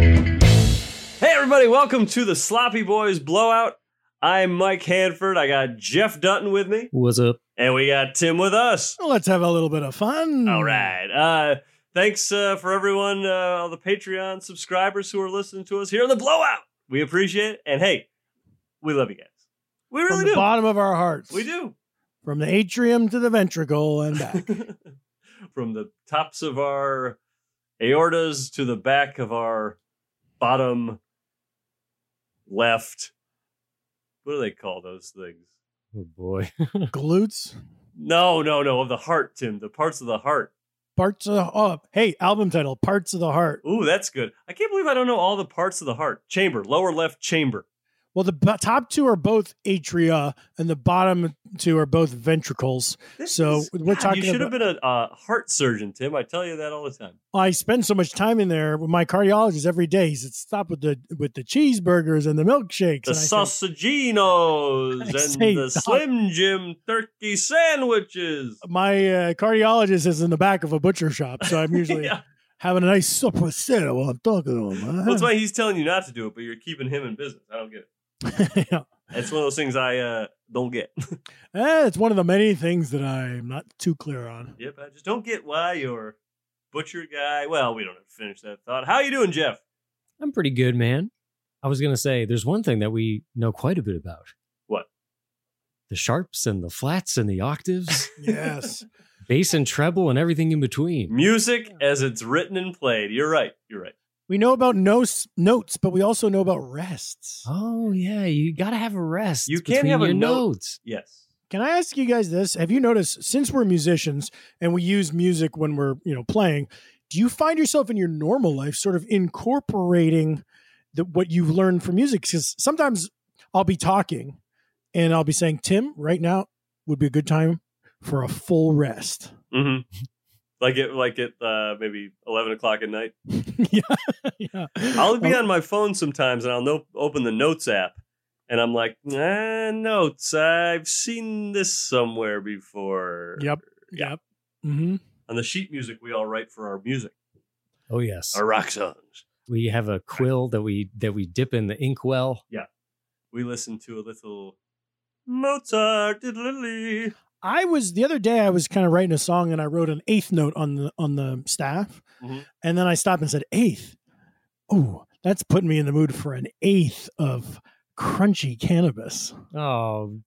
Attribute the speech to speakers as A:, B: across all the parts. A: Hey, everybody, welcome to the Sloppy Boys Blowout. I'm Mike Hanford. I got Jeff Dutton with me,
B: What's up?
A: and we got Tim with us.
C: Let's have a little bit of fun.
A: All right. Uh, thanks uh, for everyone, uh, all the Patreon subscribers who are listening to us here on the Blowout. We appreciate it. And hey, we love you guys. We
C: From
A: really
C: the
A: do.
C: bottom of our hearts.
A: We do.
C: From the atrium to the ventricle and back.
A: From the tops of our aortas to the back of our bottom left. What do they call those things?
B: Oh boy.
C: Glutes.
A: No, no, no. Of the heart, Tim. The parts of the heart.
C: Parts of the oh hey, album title, Parts of the Heart.
A: Ooh, that's good. I can't believe I don't know all the parts of the heart. Chamber, lower left chamber.
C: Well, the b- top two are both atria, and the bottom two are both ventricles.
A: This
C: So,
A: is-
C: we're talking
A: You should have been a uh, heart surgeon, Tim. I tell you that all the time.
C: I spend so much time in there with my cardiologist every day. He said, "Stop with the with the cheeseburgers and the milkshakes."
A: The
C: and I said,
A: sausaginos
C: I say
A: and the
C: doc-
A: Slim Jim turkey sandwiches.
C: my uh, cardiologist is in the back of a butcher shop, so I'm usually
A: Yeah.
C: having a nice supper with Sarah while I'm talking to him. huh?
A: Well, that's why he's telling you not to do it, but you're keeping him in business. I don't get it.
C: Yeah.
A: It's one of those things I uh, don't get.
C: Eh, it's one of the many things that I'm not too clear on.
A: yep, I just don't get why you're butcher guy. Well, we don't have to finish that thought. How you doing, Jeff?
B: I'm pretty good, man. I was gonna say there's one thing that we know quite a bit about.
A: What?
B: The sharps and the flats and the octaves,
C: Yes.
B: bass and treble and everything in
A: Mm.
B: between.
A: Music as it's written and played. You're right. You're right.
C: we know about nos- notes, but we also know about rests.
B: Oh yeah, you gotta have a rest.
A: You can't
B: between
A: have a
B: your
A: note.
B: notes.
A: Yes.
C: Can I ask you guys this? Have you noticed since we're musicians and we use music when we're, you know, playing, do you find yourself in your normal life sort of incorporating the, what you've learned from music? Because sometimes I'll be talking and I'll be saying, Tim, right now would be a good time for a full rest.
A: Mm-hmm. Like it, like at uh, maybe eleven o'clock at night.
C: yeah. yeah.
A: I'll be on my phone sometimes, and I'll no- open the notes app, and I'm like, ah, notes. I've seen this somewhere before.
C: Yep.
A: Yeah.
C: Yep. Mm-hmm.
A: On the sheet music we all write for our music,
B: Oh yes.
A: our rock songs.
B: We have a quill that we that we dip in the inkwell.
A: We listen to a little Mozart. diddly.
C: I was the other day. I was kind of writing a song, and I wrote an eighth note on the on the staff,
A: Mhm.
C: and then I stopped and said eighth. Oh, that's putting me in the mood for an eighth of crunchy cannabis.
B: Oh,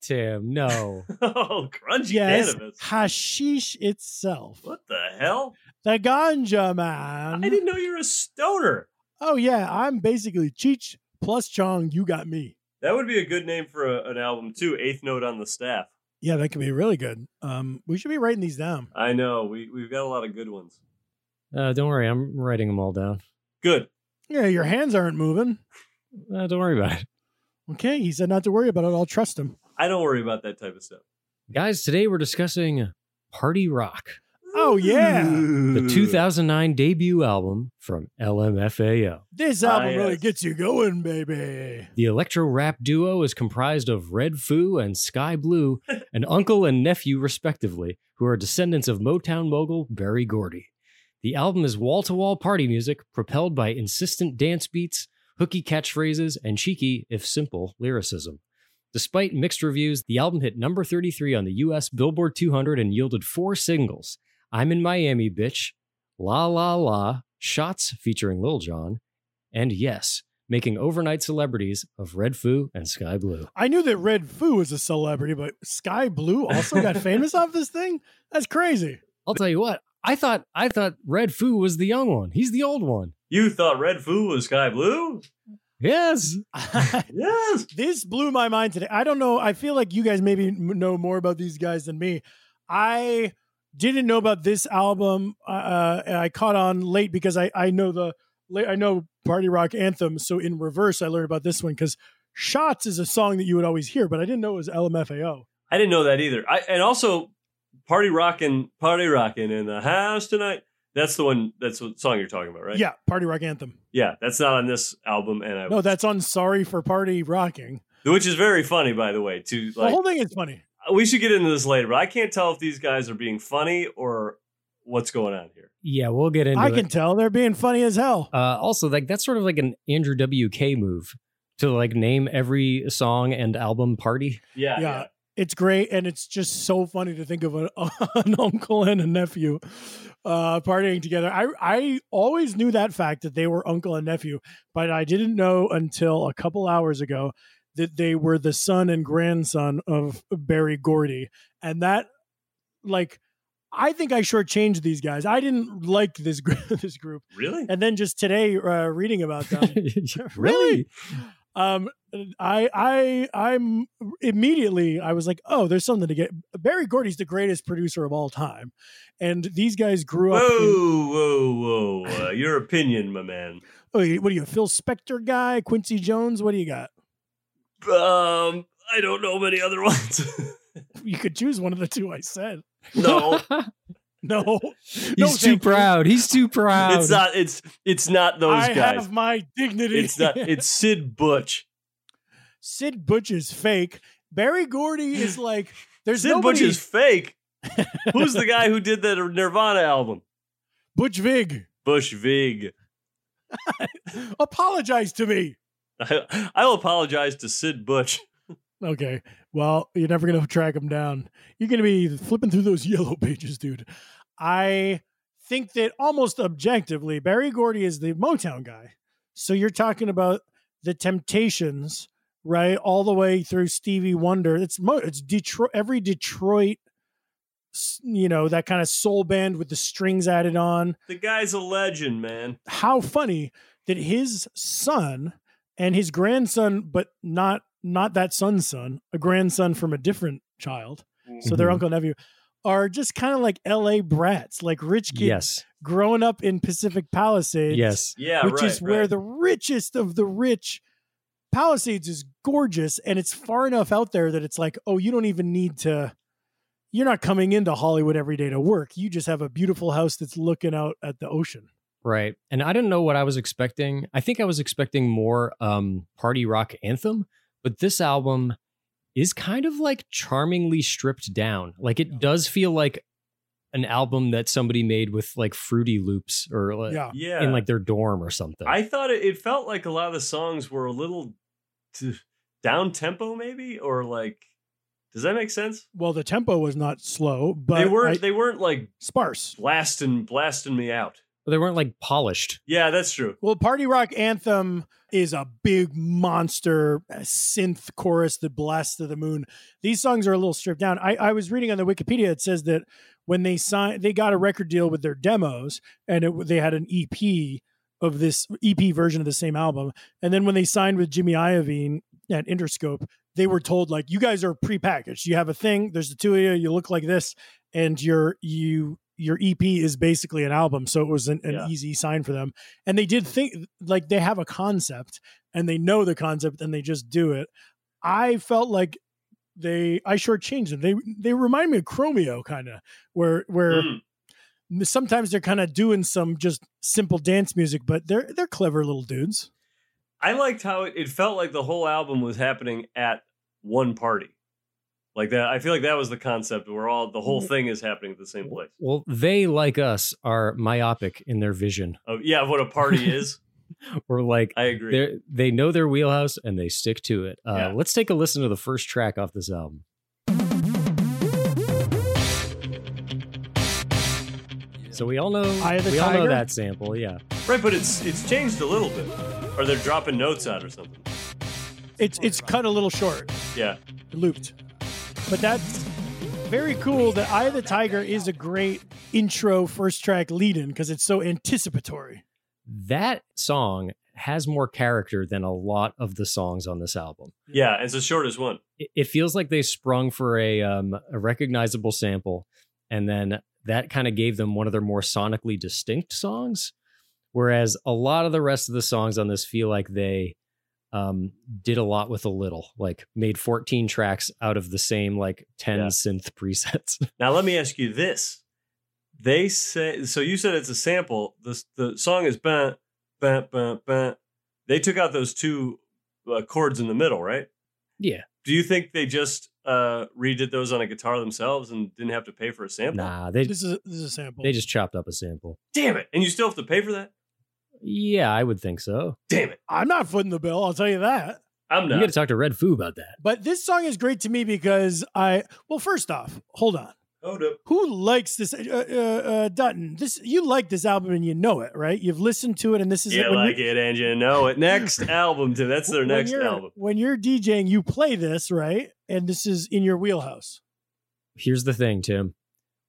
B: Tim, no.
A: oh, grungy
C: Yes,
A: cannabis.
C: hashish itself,
A: What the hell?
C: the ganja
A: I
C: man.
A: didn't know you were a stoner.
C: Oh yeah, I'm basically Cheech plus Chong. You got me.
A: That would be a good name for a, an album too. Eighth note on the staff.
C: Yeah, that could be really good. Um, we should be writing these down.
A: I know we we've got a lot of good ones.
B: Uh, don't worry, I'm writing them all down.
A: Good.
C: Yeah, your hands aren't moving.
B: Uh, don't worry about it.
C: Okay, he said not to worry about it. I'll trust him.
A: I don't worry about that type of stuff.
B: Guys, today we're discussing Party Rock.
C: Oh, yeah.
B: the 2009 debut album from LMFAO.
C: This
A: Ah,
C: album really
A: yes.
C: gets you going, baby.
B: The electro rap duo is comprised of Red Foo and Sky Blue, an uncle and nephew, respectively, who are descendants of Motown mogul Barry Gordy. The album is wall to wall party music, propelled by insistent dance beats, hooky catchphrases, and cheeky, if simple, lyricism. Despite mixed reviews, the album hit number 33 on the US Billboard 200 and yielded four singles I'm in Miami, Bitch, La La La, Shots featuring Lil Jon, and Yes, making overnight celebrities of Red Foo and Sky Blue.
C: I knew that Red Foo was a celebrity, but Sky Blue also got famous off this thing? That's crazy.
B: I'll tell you what, I thought I thought Red Foo was the young one. He's the old one.
A: You thought Red Foo was Sky Blue?
B: Yes.
A: Yes.
C: this blew my mind today. I don't know. I feel like you guys maybe m- know more about these guys than me. I didn't know about this album. Uh, and I caught on late because I, I know the la- I know party rock anthems. So in reverse, I learned about this one because "Shots" is a song that you would always hear, but I didn't know it was LMFAO.
A: I didn't know that either. I and also Party Rockin', Party Rockin' in the House Tonight. That's the one, that's what song you're talking about, right?
C: Yeah, party rock anthem.
A: Yeah, that's not on this album. And I,
C: No, that's on Sorry for Party Rocking.
A: which is very funny, by the way, to
C: the
A: like,
C: whole thing is funny.
A: we should get into this later, but I can't tell if these guys are being funny or what's going on here.
B: Yeah, we'll get into
C: I
B: it.
C: can tell they're being funny as hell.
B: Uh, also, like that's sort of like an Andrew WK move to like name every song and album party.
A: Yeah.
C: Yeah. it's great and it's just so funny to think of an, an uncle and a nephew uh partying together i i always knew that fact that they were uncle and nephew but i didn't know until a couple hours ago that they were the son and grandson of barry gordy and that like i think i shortchanged these guys i didn't like this gr- this group
A: Really?
C: and then just today uh, reading about them
B: really?
C: um i i i'm immediately i was like oh there's something to get barry gordy's the greatest producer of all time and these guys grew
A: Whoa,
C: up in,
A: whoa, whoa. Uh, your opinion, my man.
C: oh, you- what are you a phil spector guy quincy jones what do you got
A: Um, I don't know many other ones.
C: you could choose one of the two i said
A: no,
C: no
B: He's
C: No,
B: too
C: thank you. uh,
B: proud. He's too proud.
A: it's not. It's it's not those
C: i
A: guys.
C: have my dignity
A: It's not. It's Sid Butch.
C: sid butch is fake barry gordy is like there's
A: Sid
C: nobody
A: Butch is fake. Who's the guy who did that Nirvana album?
C: butch vig
A: Bush Vig.
C: apologize to me
A: I, I'll apologize to Sid Butch.
C: Okay. Well, you're never gonna track them down. You're gonna be flipping through those yellow pages, dude. I think that almost objectively, Barry Gordy is the Motown guy. So you're talking about the Temptations, right? All the way through Stevie Wonder. It's Mo- it's Detroit. Every Detroit, s- you know, that kind of soul band with the strings added on
A: The guy's a legend, man.
C: how funny that his son and his grandson, but not not that son's son, a grandson from a different child, so their
B: Mhm.
C: uncle and nephew, are just kind of like L.A. brats, like rich
B: Hmm.
C: kids
B: yes.
C: growing up in Pacific Palisades,
B: Yes.
A: Yeah,
C: which
A: right,
C: is where
A: right.
C: the richest of the rich. Palisades is gorgeous, and it's far enough out there that it's like, oh, you don't even need to. You're not coming into Hollywood every day to work. You just have a beautiful house that's looking out at the ocean.
B: Right. And I didn't know what I was expecting. I think I was expecting more um party rock anthem, but this album is kind of like charmingly stripped down. Like it does feel like an album that somebody made with like fruity loops or like
C: Yeah.
A: yeah.
B: in like their dorm or something.
A: I thought it, it felt like a lot of the songs were a little t- down tempo, maybe, or like, does that make sense?
C: well the tempo was not slow but
A: they weren't.
C: I-
A: they weren't like
C: sparse
A: blasting, blasting me out.
B: but they weren't like polished.
A: Yeah, that's true.
C: well party rock anthem is a big monster uh, synth chorus that blasts to the moon these songs are a little stripped down i, I was reading on the wikipedia it says that when they signed they got a record deal with their demos and it, they had an ep of this ep version of the same album and then when they signed with jimmy iovine at interscope they were told like you guys are prepackaged you have a thing there's the two of you you look like this and your you your ep is basically an album so it was an, an
A: Yeah.
C: easy sign for them and they did think like they have a concept and they know the concept and they just do it i felt like they i shortchanged them they they remind me of chromeo kind of where where
A: Mm.
C: sometimes they're kind of doing some just simple dance music but they're they're clever little dudes
A: I liked how it, it felt like the whole album was happening at one party. Like that, I feel like that was the concept where all the
C: Mm.
A: whole thing is happening at the same place.
B: Well, they like us are myopic in their vision.
A: Of Oh, yeah, of what a party is.
B: Or like
A: I agree.
B: they they know their wheelhouse and they stick to it. Uh,
A: Yeah.
B: Let's take a listen to the first track off this album. So we all know
C: Eye of the
B: we all know
C: Tiger?
B: that sample, yeah.
A: Right, but it's it's changed a little bit. Or they're dropping notes out or something.
C: it's it's cut a little short
A: Yeah.
C: looped. But that's very cool that Eye of the Tiger is a great intro first track lead in because it's so anticipatory.
B: That song has more character than a lot of the songs on this album.
A: Yeah, it's the shortest one.
B: It, it feels like they sprung for a um, a recognizable sample, and then that kind of gave them one of their more sonically distinct songs. Whereas a lot of the rest of the songs on this feel like they um, did a lot with a little, like made 14 tracks out of the same like 10
A: Yeah.
B: synth presets.
A: Now let me ask you this: They say so. You said it's a sample. The the song is bent, bent, bent, bent. They took out those two uh, chords in the middle, right?
B: yeah.
A: Do you think they just uh, redid those on a guitar themselves and didn't have to pay for a sample?
B: Nah, they
C: This is this is a sample.
B: they just chopped up a sample.
A: Damn it! And you still have to pay for that?
B: Yeah, I would think so.
A: Damn it!
C: I'm not footing the bill. I'll tell you that.
A: I'm
B: You got
A: not.
B: to talk to Red Foo about that.
C: But this song is great to me because I well, first off, hold on.
A: Hold up.
C: Who likes this, uh, uh, uh, Dutton? This you like this album and you know it, right? You've listened to it, and this is
A: You
C: it. When
A: like it, and you know it. Next album, Tim. That's their
C: when
A: next
C: you're-
A: album.
C: When you're DJing, you play this, right? And this is in your wheelhouse.
B: Here's the thing, Tim.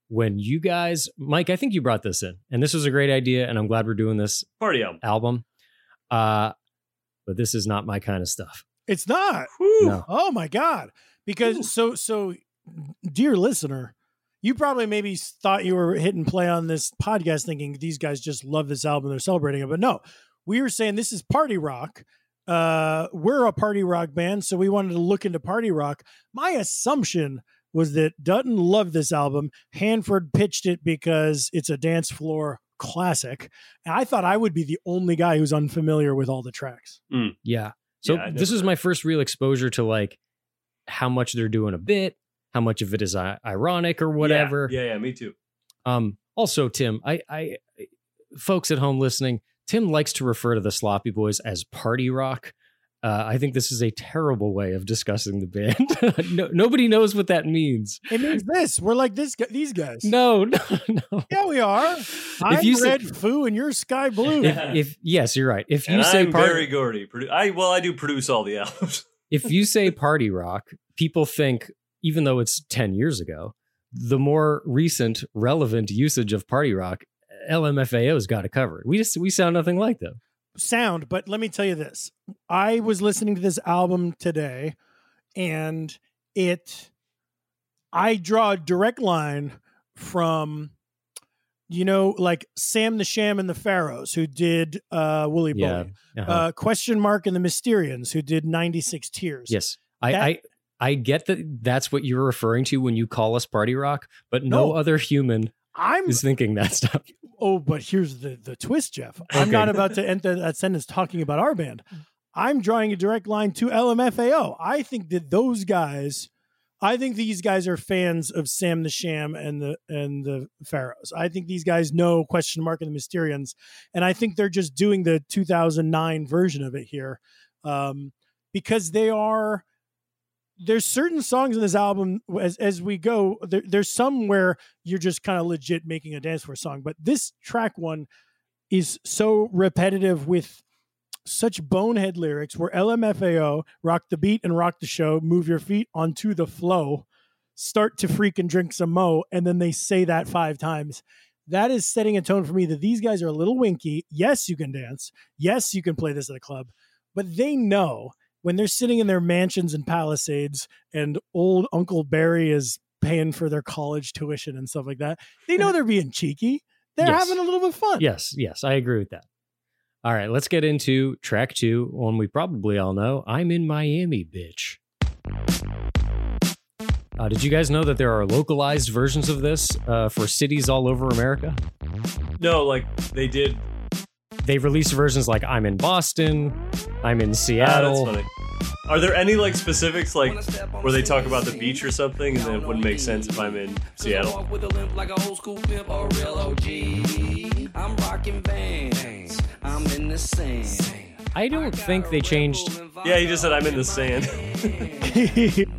B: When you guys, Mike, I think you brought this in, and this was a great idea, and I'm glad we're doing this
A: Party album.
B: album. Uh, but this is not my kind of stuff.
C: It's not.
A: Whew.
B: No.
C: Oh my god! Because
A: Ooh.
C: so so, dear listener, you probably maybe thought you were hitting play on this podcast, thinking these guys just love this album, they're celebrating it. But no, we were saying this is party rock. Uh, we're a party rock band, so we wanted to look into party rock. My assumption was that Dutton loved this album. Hanford pitched it because it's a dance floor classic. And I thought I would be the only guy who's unfamiliar with all the tracks.
B: Yeah. So
A: Yeah, I
B: this
A: never
B: was my first real exposure to like how much they're doing a bit, how much of it is i- ironic or whatever.
A: Yeah, yeah, yeah, me too.
B: Um, also, Tim, I, I, folks at home listening, Tim likes to refer to the Sloppy Boys as party rock. Uh, I think this is a terrible way of discussing the band. no, nobody knows what that means.
C: It means this. We're like this. gu- These guys.
B: No, no, no.
C: Yeah, we are. I'm
B: you say-
C: red foo and you're sky blue.
A: Yeah.
B: If, if yes, you're right. If you
A: and
B: say
A: I'm
B: party,
A: Barry Gordy. Produ- I well, I do produce all the albums.
B: if you say party rock, people think, even though it's 10 years ago, the more recent relevant usage of party rock, LMFAO's got it covered. We just we sound nothing like them.
C: Sound, but let me tell you this. I was listening to this album today and it I draw a direct line from you know, like Sam the Sham and the Pharaohs, who did uh Wooly
B: Yeah.
C: Bully.
B: Uh-huh.
C: Uh Question Mark and the Mysterians, who did 96 Tears.
B: yes. I,
C: that-
B: I I get that that's what you're referring to when you call us party rock, but no,
C: No. Hmm.
B: other human
C: I'm
B: is thinking that stuff.
C: Oh, but here's the the twist, Jeff. I'm
B: Okay.
C: not about to end that- that sentence talking about our band. I'm drawing a direct line to LMFAO. I think that those guys, I think these guys are fans of Sam the Sham and the and the Pharaohs. I think these guys know question mark and the Mysterians, and I think they're just doing the 2009 version of it here, um, because they are. There's certain songs in this album as as we go. There, there's some where you're just kind of legit making a dance floor song. But this track one is so repetitive with such bonehead lyrics where LMFAO, rock the beat and rock the show, move your feet onto the flow, start to freak and drink some mo, and then they say that five times. That is setting a tone for me that these guys are a little winky. Yes, you can dance. Yes, you can play this at a club, but they know when they're sitting in their mansions and palisades and old Uncle Barry is paying for their college tuition and stuff like that, they know they're being cheeky. They're
B: Yes.
C: having a little bit of fun.
B: Yes, yes, I agree with that. All right, let's get into track two, one we probably all know. I'm in Miami, bitch. Uh, did you guys know that there are localized versions of this uh, for cities all over America?
A: No, like they did. Ah,
B: They release versions like I'm in Boston, I'm in
A: Ah, that's
B: Seattle.
A: funny. Are there any like specifics like where they talk about the beach or something, and then it wouldn't make sense if I'm in Seattle?
D: Walk with a limp like a old school pimp or a real OG. I'm rocking bands. I'm in the sand.
B: I don't think they changed.
A: Yeah, he just said I'm in the sand.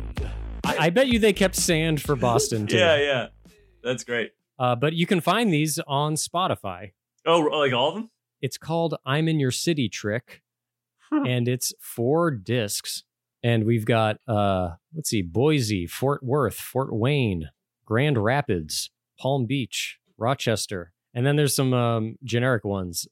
B: I, I bet you they kept sand for Boston too.
A: yeah, yeah, that's great.
B: Uh, but you can find these on Spotify.
A: Oh, like all of them?
B: It's called I'm in Your City Trick,
A: Hmm.
B: and it's four discs. And we've got uh let's see, Boise, Fort Worth, Fort Wayne, Grand Rapids, Palm Beach, Rochester, and then there's some um, generic ones.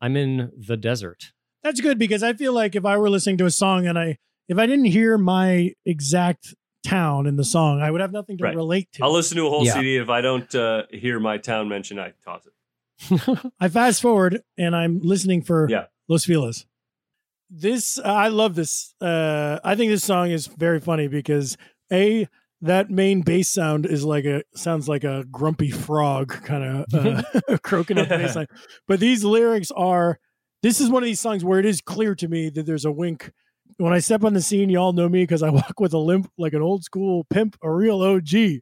B: I'm in the desert.
C: That's good because I feel like if I were listening to a song and I if I didn't hear my exact town in the song, I would have nothing to
A: Right.
C: relate to.
A: I'll listen to a whole
B: Yeah.
A: CD. If I don't uh, hear my town mentioned, I toss it.
C: I fast forward and I'm listening for
A: Yeah.
C: Los Feliz. this I love this. Uh, I think this song is very funny because a that main bass sound is like a sounds like a grumpy frog kind of uh, croaking up the bass line. But these lyrics are this is one of these songs where it is clear to me that there's a wink. When I step on the scene, y'all know me because I walk with a limp like an old school pimp, a real OG.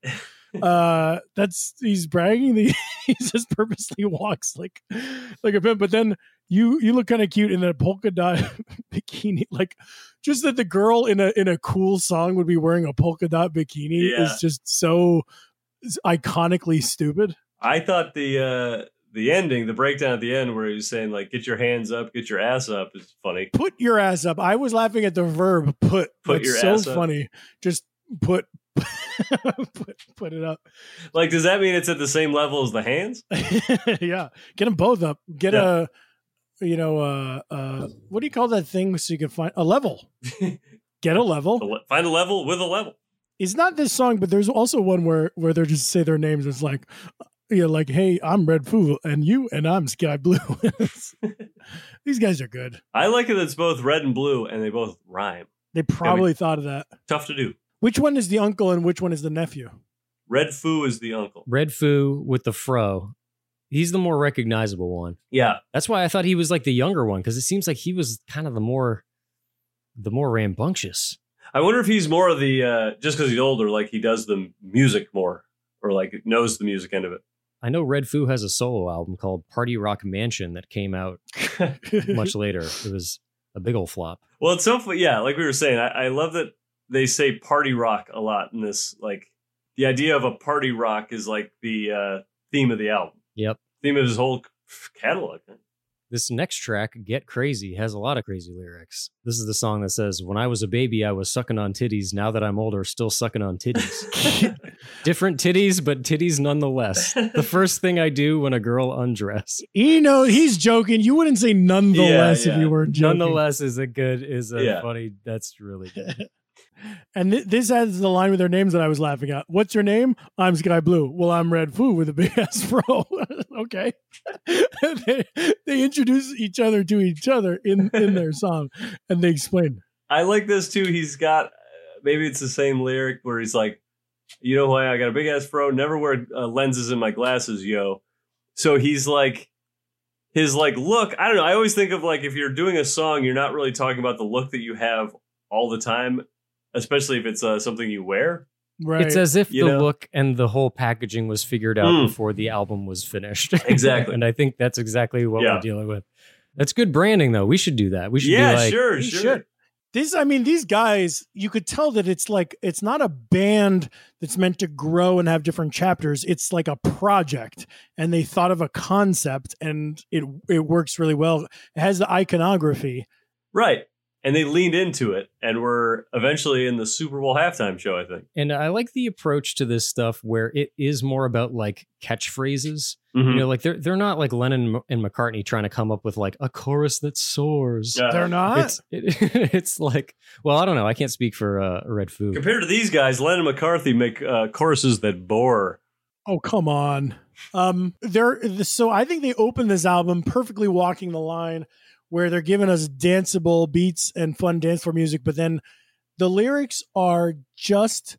C: Uh, that's he's bragging. That he just purposely walks like like a pimp. But then you you look kind of cute in that polka dot bikini. Like just that the girl in a in a cool song would be wearing a polka dot bikini
A: Yeah.
C: is just so iconically stupid.
A: I thought the uh, the ending, the breakdown at the end, where he was saying like, "Get your hands up, get your ass up," is funny.
C: Put your ass up. I was laughing at the verb put.
A: Put
C: That's
A: your
C: so
A: ass up.
C: funny. Just put. put put it up.
A: Like, does that mean it's at the same level as the hands?
C: yeah, get them both up. Get a, you know, uh, uh, what do you call that thing so you can find a level? get
A: The
C: a level.
A: le- Find a level with a level.
C: It's not this song, but there's also one where where they just say their names. It's like, you know, like, hey, I'm Red Fool, and you, and I'm Sky Blue. These guys are good.
A: I like it that it's both red and blue, and they both rhyme.
C: They probably thought of that.
A: Tough to do.
C: Which one is the uncle and which one is the nephew?
A: Red Foo is the uncle.
B: Red Foo with the fro. He's the more recognizable one.
A: Yeah,
B: That's why I thought he was like the younger one because it seems like he was kind of the more, the more rambunctious.
A: I wonder if he's more of the uh, just because he's older, like he does the music more, or like knows the music end of it.
B: I know Red Foo has a solo album called Party Rock Mansion that came out much later. It was a big old flop.
A: Well, it's so fu- yeah, like we were saying, I, I love that they say party rock a lot in this. Like the idea of a party rock is like the uh, theme of the album,
B: Yep.
A: theme of his whole catalog.
B: This next track, Get Crazy, has a lot of crazy lyrics. This is the song that says, When I was a baby, I was sucking on titties. Now that I'm older, still sucking on titties. Different titties, but titties nonetheless. The first thing I do when a girl undressed.
C: he know he's joking. You wouldn't say nonetheless
A: Yeah,
C: if
A: yeah.
C: you were joking.
B: Nonetheless is a good, is a
A: Yeah.
B: funny, that's really good.
C: And th- this has the line with their names that I was laughing at. What's your name? I'm Sky Blue. Well, I'm Red Foo with a big ass fro. okay. they, they introduce each other to each other in, in their song and they explain.
A: I like this too. He's got uh, maybe it's the same lyric where he's like, you know why I got a big ass fro, never wear uh, lenses in my glasses, yo. So he's like, his like look. I don't know. I always think of like if you're doing a song, you're not really talking about the look that you have all the time, especially if it's uh, something you wear.
C: Right.
B: It's as if
A: You
B: the
A: know?
B: look and the whole packaging was figured out
A: Mm.
B: before the album was finished.
A: Exactly.
B: and I think that's exactly what
A: Yeah.
B: we're dealing with. That's good branding, though. We should do that. We should
A: yeah,
B: be like,
A: sure,
C: we
A: sure.
C: should. this, I mean, these guys, you could tell that it's like, it's not a band that's meant to grow and have different chapters. It's like a project. And they thought of a concept and it, it works really well. It has the iconography.
A: Right. And they leaned into it and were eventually in the Super Bowl halftime show, I think.
B: And I like the approach to this stuff where it is more about like catchphrases.
A: Mhm.
B: You know, like they're they're not like Lennon and McCartney trying to come up with like a chorus that soars.
A: Yeah.
C: They're not.
B: It's it, it's like well, I don't know. I can't speak for uh, Red Food.
A: Compared to these guys, Lennon McCarthy make uh, choruses that bore.
C: Oh come on. Um they're so I think they open this album perfectly walking the line where they're giving us danceable beats and fun dance floor music, but then the lyrics are just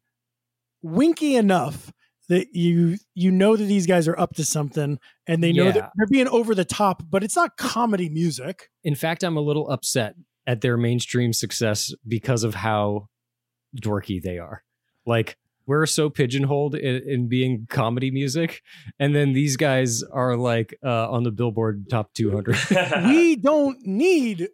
C: winky enough that you you know that these guys are up to something and they know
B: Yeah.
C: that they're being over the top, but it's not comedy music.
B: In fact, I'm a little upset at their mainstream success because of how dorky they are. Like we're so pigeonholed in, in being comedy music, and then these guys are like uh, on the Billboard Top 200.
C: we don't need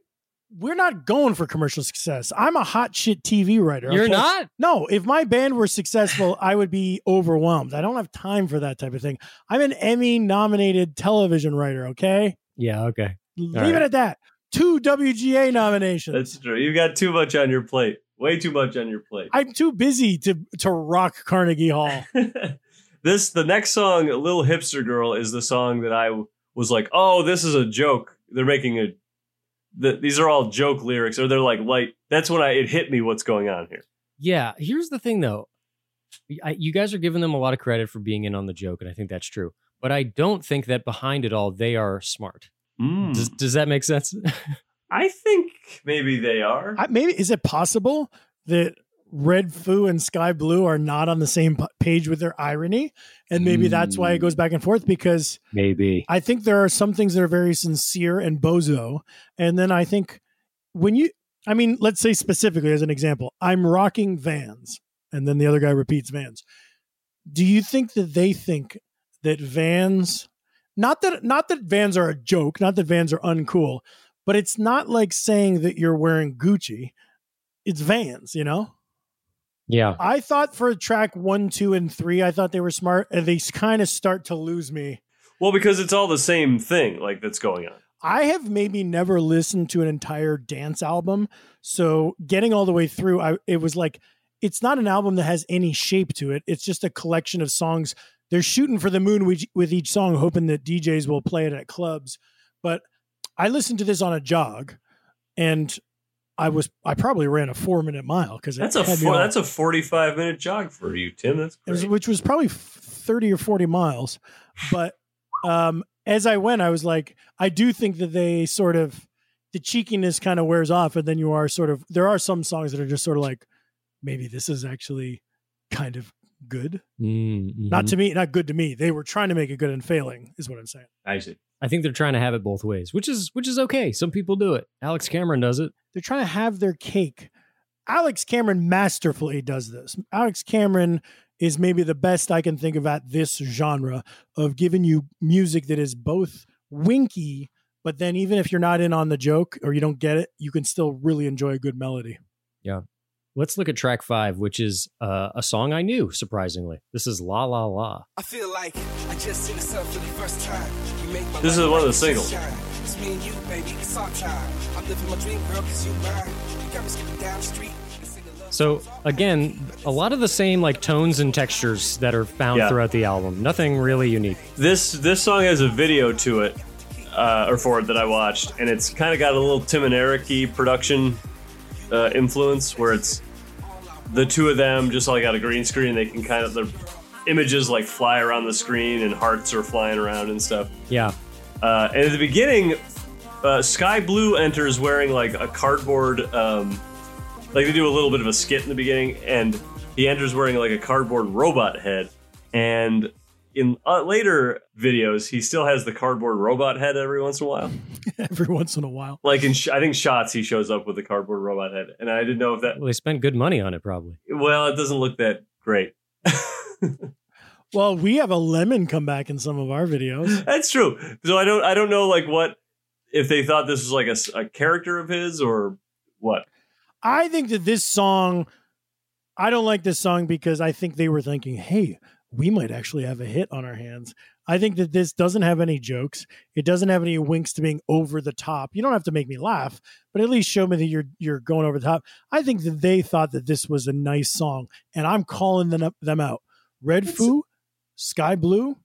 C: we're not going for commercial success. I'm a hot shit TV writer.
B: You're
C: okay?
B: not.
C: No, if my band were successful, I would be overwhelmed. I don't have time for that type of thing. I'm an Emmy nominated television writer, okay?
B: Yeah. Okay.
C: Leave
B: right.
C: it at that. Two WGA nominations.
A: That's true. You've got too much on your plate. Way too much on your plate.
C: I'm too busy to to rock Carnegie Hall.
A: this the next song, "Little Hipster Girl," is the song that I w- was like, "Oh, this is a joke. They're making a. th- these are all joke lyrics, or they're like light." That's when I it hit me what's going on here.
B: Yeah. Here's the thing, though. I, you guys are giving them a lot of credit for being in on the joke, and I think that's true. But I don't think that behind it all, they are smart.
C: Hmm.
A: Mm.
B: Does, does that make sense?
A: I think maybe they are.
C: I, maybe is it possible that Red Foo and Sky Blue are not on the same p- page with their irony, and maybe that's why it
B: Mm.
C: goes back and forth? Because
B: Maybe.
C: I think there are some things that are very sincere and bozo, and then I think when you, I mean, let's say specifically as an example, I'm rocking Vans, and then the other guy repeats Vans. Do you think that they think that Vans? Not that not that Vans are a joke, not that Vans are uncool, but it's not like saying that you're wearing Gucci. It's Vans, you know?
B: Yeah.
C: I thought for track one, two, and three, I thought they were smart, and they kind of start to lose me.
A: Well, because it's all the same thing, like that's going on.
C: I have maybe never listened to an entire dance album, so getting all the way through, I it was like it's not an album that has any shape to it. It's just a collection of songs. They're shooting for the moon with, with each song, hoping that DJs will play it at clubs. But I listened to this on a jog, and I was I probably ran a four minute mile because
A: That's a four, that's a forty-five minute jog for you, Tim. That's
C: It was-
A: great.
C: which was probably 30 or 40 miles but um as i went i was like i do think that they sort of the cheekiness kind of wears off and then you are sort of there are some songs that are just sort of like maybe this is actually kind of good
B: Mm-hmm.
C: not to me not good to me they were trying to make it good and failing is what i'm saying
A: I see.
B: I think they're trying to have it both ways, which is which is okay. Some people do it. Alex Cameron does it.
C: they're trying to have their cake. Alex Cameron masterfully does this. Alex Cameron is maybe the best I can think of at this genre of giving you music that is both winky, but then even if you're not in on the joke or you don't get it, you can still really enjoy a good melody.
B: Let's look at track five, which is uh, a song I knew. Surprisingly, this is La La La.
E: I feel like I just see the sun for the first time. You make my
A: This is
E: life
A: one of the
E: like
A: singles.
E: sunshine. It's me and you, baby. It's our time. I'm living my dream, girl, 'cause you mine. You got me skipping down the street. and singing love
B: So
E: songs all night.
B: again, a lot of the same like tones and textures that are found
A: Yeah.
B: throughout the album. Nothing really unique.
A: This this song has a video to it, uh, or for it that I watched, and it's kind of got a little Tim and Eric-y production uh, influence, where it's the two of them just like on a green screen. They can kind of their images like fly around the screen, and hearts are flying around and stuff.
B: Yeah,
A: Uh, and at the beginning, uh, Sky Blue enters wearing like a cardboard, um, like they do a little bit of a skit in the beginning, and he enters wearing like a cardboard robot head. And in uh, later videos, he still has the cardboard robot head every once in a while.
C: Every once in a while,
A: Like in, sh- I think shots, he shows up with the cardboard robot head, and I didn't know if that.
B: well, they spent good money on it, probably.
A: Well, it doesn't look that great.
C: well, we have a lemon come back in some of our videos.
A: That's true. So I don't, I don't know like what if they thought this was like a s a a character of his or what.
C: I think that this song, I don't like this song because I think they were thinking, hey, we might actually have a hit on our hands. I think that this doesn't have any jokes. It doesn't have any winks to being over the top. You don't have to make me laugh, but at least show me that you're you're going over the top. I think that they thought that this was a nice song, and I'm calling them up, them out. Red
A: It's-
C: Foo, Sky Blue,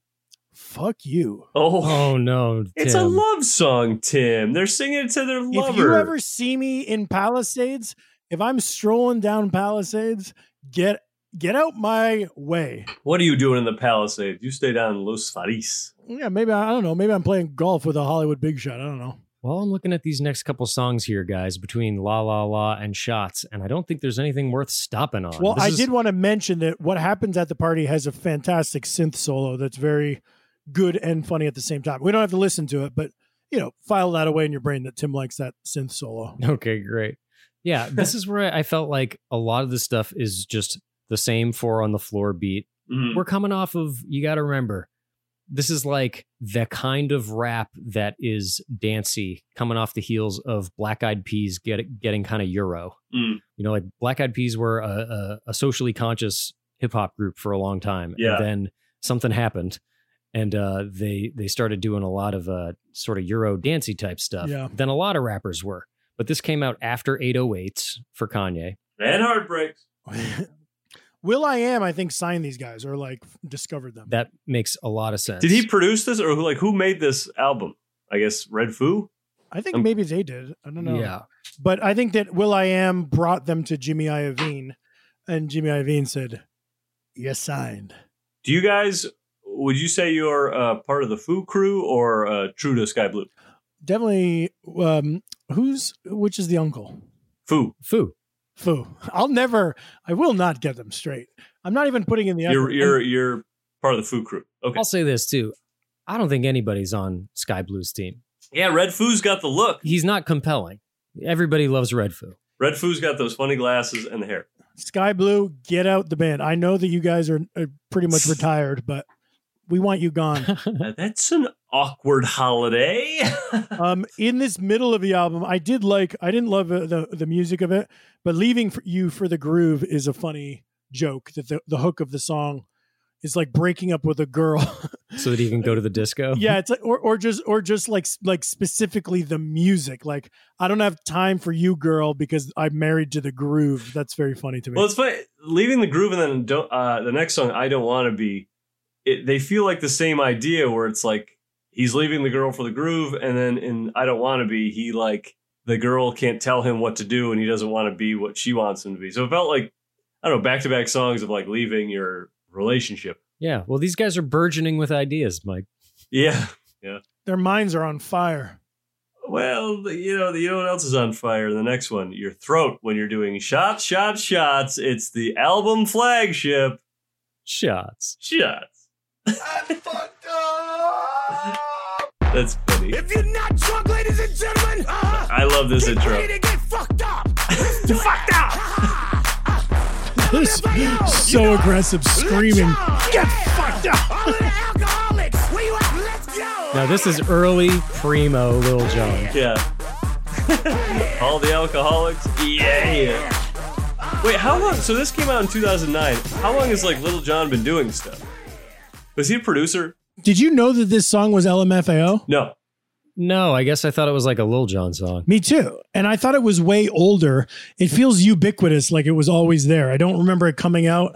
C: fuck you.
B: Oh no,
A: It's a
B: Tim.
A: love song, Tim. They're singing it to their lover.
C: If you ever see me in Palisades, if I'm strolling down Palisades, get get out my way.
A: what are you doing in the Palisades? You stay down in Los Faris.
C: Yeah, maybe I, I don't know. Maybe I'm playing golf with a Hollywood big shot. I don't know.
B: Well, I'm looking at these next couple songs here, guys, between La La La and Shots, and I don't think there's anything worth stopping on.
C: Well,
B: This
C: I
B: is-
C: did want to mention that what happens at the party has a fantastic synth solo that's very good and funny at the same time. We don't have to listen to it, but you know, file that away in your brain that Tim likes that synth solo.
B: Okay, great. Yeah, this is where I felt like a lot of this stuff is just the same four on the floor beat.
A: Mm.
B: We're coming off of, you got to remember, this is like the kind of rap that is dancey, coming off the heels of Black Eyed Peas get, getting kind of Euro.
A: Mm.
B: You know, like Black Eyed Peas were a, a, a socially conscious hip hop group for a long time.
A: Yeah.
B: And then something happened. And uh, they they started doing a lot of uh, sort of Euro dancey type stuff
C: Yeah.
B: than a lot of rappers were but this came out after 808s for Kanye.
A: And heartbreaks.
C: Will I am, I think, signed these guys or like discovered them.
B: That makes a lot of sense.
A: Did he produce this, or who, like who made this album? I guess Red Foo.
C: I think
A: Um,
C: maybe they did. I don't know.
B: Yeah.
C: But I think that Will I Am brought them to Jimmy Iovine, and Jimmy Iovine said, "Yes, signed."
A: Do you guys? Would you say you're uh, part of the Foo crew or uh, true to Sky Blue?
C: Definitely um, Who's which is the uncle?
A: Foo,
B: Foo.
C: Foo. I'll never. I will not get them straight. I'm not even putting in the effort.
A: you're you're you're part of the Foo crew. Okay,
B: I'll say this too. I don't think anybody's on Sky Blue's team.
A: yeah, Red Foo's got the look.
B: He's not compelling. Everybody loves Red Foo.
A: Red Foo's got those funny glasses and the hair.
C: Sky Blue, get out the band. I know that you guys are, are pretty much retired, but we want you gone.
A: Uh, that's an awkward holiday.
C: um, in this middle of the album, I did like. I didn't love uh, the the music of it, but leaving for you for the groove is a funny joke. That the, the hook of the song is like breaking up with a girl.
B: So that he can go to the disco.
C: yeah, it's like or or just or just like like specifically the music. Like I don't have time for you, girl, because I'm married to the groove. That's very funny to me.
A: well, it's funny leaving the groove and then don't, uh, the next song. I don't want to be. It, they feel like the same idea where it's like he's leaving the girl for the groove, and then in I don't want to be, he like the girl can't tell him what to do, and he doesn't want to be what she wants him to be. So it felt like I don't know back to back songs of like leaving your relationship.
B: Yeah. Well, these guys are burgeoning with ideas, Mike.
A: Yeah.
C: Their minds are on fire.
A: Well, you know, you know what else is on fire? The next one, your throat. When you're doing shots, shots, shots, it's the album flagship
B: Shots.
A: shots.
E: I'm fucked up.
A: That's funny.
E: If you're not drunk, ladies and gentlemen, uh,
A: I love this
E: get
A: intro.
E: ready to get fucked up. Let's do fucked
C: This so aggressive screaming.
E: Get fucked up. All of the alcoholics, where you at? Let's go.
B: Now this is early primo Lil Jon.
A: Yeah. All the alcoholics. Yeah. Wait, how long? So this came out in 2009. How long has like Little John been doing stuff? Was he a producer?
C: Did you know that this song was LMFAO?
A: No.
B: No, I guess I thought it was like a Lil Jon song.
C: Me too. And I thought it was way older. It feels ubiquitous, like it was always there. I don't remember it coming out.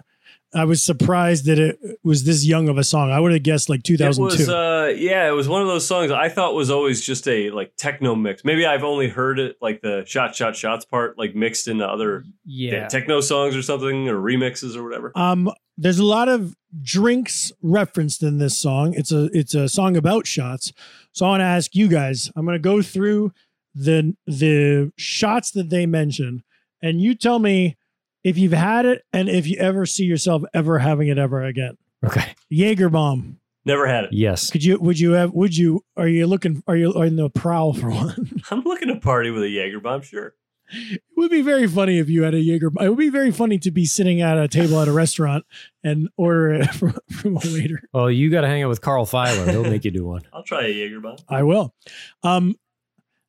C: I was surprised that it was this young of a song. I would have guessed like
A: It
C: 2002.
A: was uh yeah, it was one of those songs I thought was always just a like techno mix. Maybe I've only heard it like the shot shot shots part like mixed into other
B: Yeah.
A: techno songs or something or remixes or whatever.
C: Um, there's a lot of drinks referenced in this song. It's a it's a song about shots. So I want to ask you guys. I'm going to go through the the shots that they mention, and you tell me if you've had it and if you ever see yourself ever having it ever again.
B: Okay.
C: Jaeger bomb.
A: Never had it.
B: Yes.
C: Could you? Would you have? Would you? Are you looking? Are you on the prowl for one?
A: I'm looking to party with a Jaeger bomb, sure.
C: it would be very funny if you had a Jaeger. It would be very funny to be sitting at a table at a restaurant and order it from, from a waiter.
B: Well, Oh, you got to hang out with Carl Filer. He'll make you do one.
A: I'll try a Jaeger bomb.
C: I will. Um,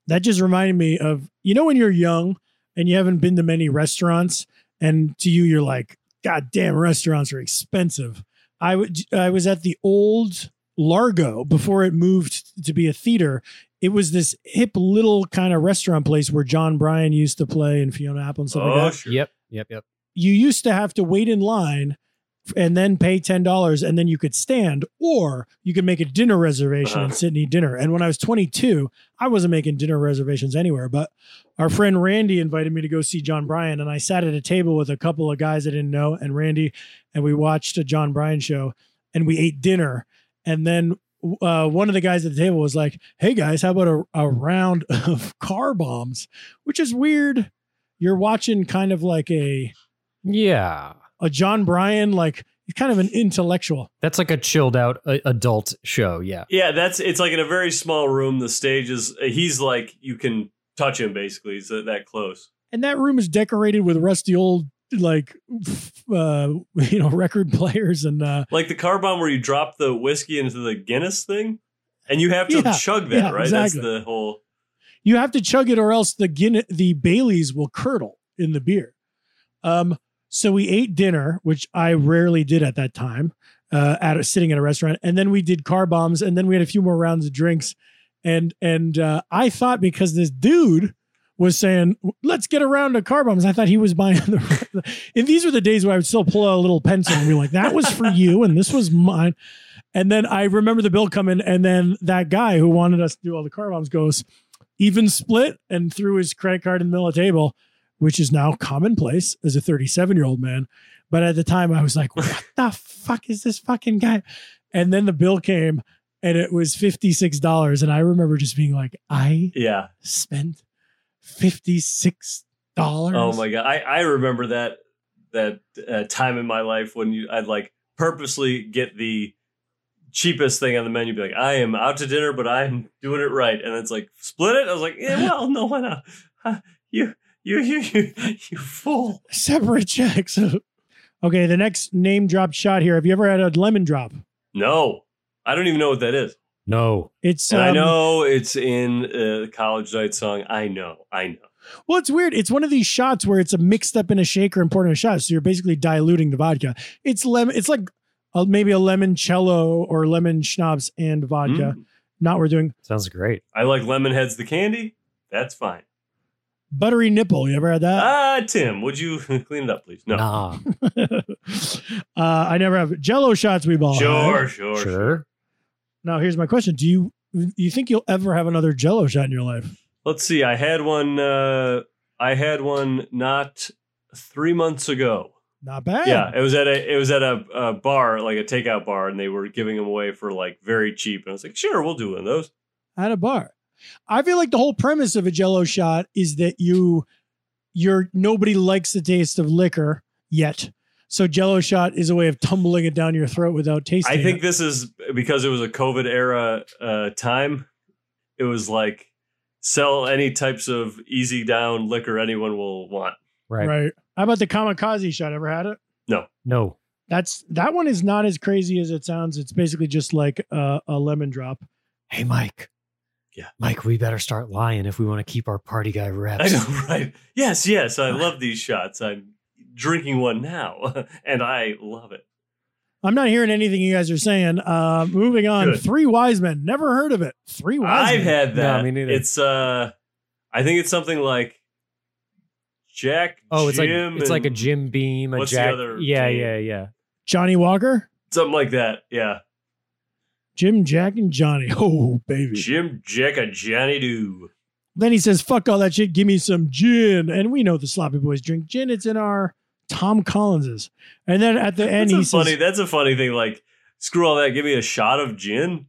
C: that just reminded me of you know when you're young and you haven't been to many restaurants, and to you you're like, God damn, restaurants are expensive. I would I was at the old Largo before it moved to be a theater. It was this hip little kind of restaurant place where John Bryan used to play and Fiona Apple and stuff like that
A: Oh, sure.
B: Yep. Yep. Yep.
C: you used to have to wait in line and then pay $10 and then you could stand or you could make a dinner reservation and
A: Uh-huh.
C: sit and eat dinner and when i was 22 i wasn't making dinner reservations anywhere but our friend randy invited me to go see john bryan and i sat at a table with a couple of guys i didn't know and randy and we watched a john bryan show and we ate dinner and then uh, one of the guys at the table was like hey guys how about a, a round of car bombs which is weird you're watching kind of like a
B: Yeah.
C: a John Bryan, like he's kind of an intellectual.
B: That's like a chilled out uh, adult show. Yeah.
A: Yeah, that's it's like in a very small room. The stage is he's like you can touch him basically. He's that, that close.
C: And that room is decorated with rusty old like f- uh you know record players and uh
A: Like the car bomb where you drop the whiskey into the Guinness thing, and you have to
C: Yeah,
A: chug that,
C: yeah,
A: right?
C: exactly.
A: That's the whole.
C: you have to chug it or else the Guinness, the Baileys will curdle in the beer. Um, so we ate dinner, which I rarely did at that time, uh, at a, sitting at a restaurant, and then we did car bombs, and then we had a few more rounds of drinks, and and uh, I thought because this dude was saying let's get a round of car bombs, I thought he was buying the. and these were the days where I would still pull out a little pencil and be like, "That was for you, and this was mine." And then I remember the bill coming, and then that guy who wanted us to do all the car bombs goes, even split and threw his credit card in the middle of the table, which is now commonplace as a 37 year old man. But at the time, I was like, what the fuck is this fucking guy? And then the bill came and it was $56. And I remember just being like, I
A: Yeah,
C: spent fifty-six dollars.
A: Oh my god, I, I remember that that uh, time in my life when you I'd like purposely get the cheapest thing on the menu, be like, I am out to dinner, but I'm doing it right, and it's like split it. I was like, yeah, well, no, why not? Huh, you you you you you fool.
C: Separate checks. okay, the next name drop shot here. Have you ever had a lemon drop?
A: No, I don't even know what that is.
B: No.
C: It's
A: And I
C: um,
A: know it's in uh, college night song. I know, I know.
C: Well, it's weird. It's one of these shots where it's a mixed up in a shaker and poured in a shot, so you're basically diluting the vodka. It's lemon. It's like uh maybe a limoncello or lemon schnapps and vodka.
A: Mm.
C: Not what we're doing
B: Sounds great.
A: I like lemon heads, the candy. That's fine.
C: buttery nipple. You ever had that?
A: Ah, Tim, would you clean it up, please? No,
B: Nah.
C: uh, I never have Jello shots. We've all had.
A: sure, sure, sure.
B: sure.
C: Now, here's my question: Do you you think you'll ever have another Jello shot in your life?
A: Let's see. I had one. Uh, I had one not three months ago.
C: Not bad.
A: Yeah, it was at a it was at a, a bar, like a takeout bar, and they were giving them away for like very cheap. And I was like, sure, we'll do one of those.
C: at a bar. I feel like the whole premise of a Jello shot is that you, you're nobody likes the taste of liquor yet, so Jello shot is a way of tumbling it down your throat without tasting.
A: I think
C: it.
A: this is because it was a COVID era uh, time. It was like sell any types of easy down liquor anyone will want.
B: Right.
C: right. How about the kamikaze shot? Ever had it?
B: No.
C: That's that one is not as crazy as it sounds. It's basically just like a, a lemon drop.
B: Hey, Mike.
A: Yeah.
B: Mike, we better start lying if we want to keep our party guy
A: I
B: reps.
A: know, right? Yes, yes. I love these shots. I'm drinking one now, and I love it.
C: I'm not hearing anything you guys are saying. Uh, moving on.
A: Good.
C: Three wise men. Never heard of it. Three wise
A: I've
C: men.
A: had
B: No,
A: that.
B: me neither.
A: It's uh, I think it's something like Jack.
B: Oh, it's
A: Jim,
B: like it's like a
A: and
B: Jim Beam, a
A: what's the
B: Jack.
A: other
B: yeah,
A: team?
B: yeah, yeah.
C: Johnny Walker,
A: something like that. Yeah,
C: Jim, Jack, and Johnny. Oh baby.
A: Jim, Jack, and Johnny Do.
C: Then he says, "Fuck all that shit. Give me some gin." And we know the sloppy boys drink gin. It's in our Tom Collins's. And then at the end,
A: That's
C: he
A: a funny.
C: says,
A: That's a funny thing. Like screw all that. Give me a shot of gin.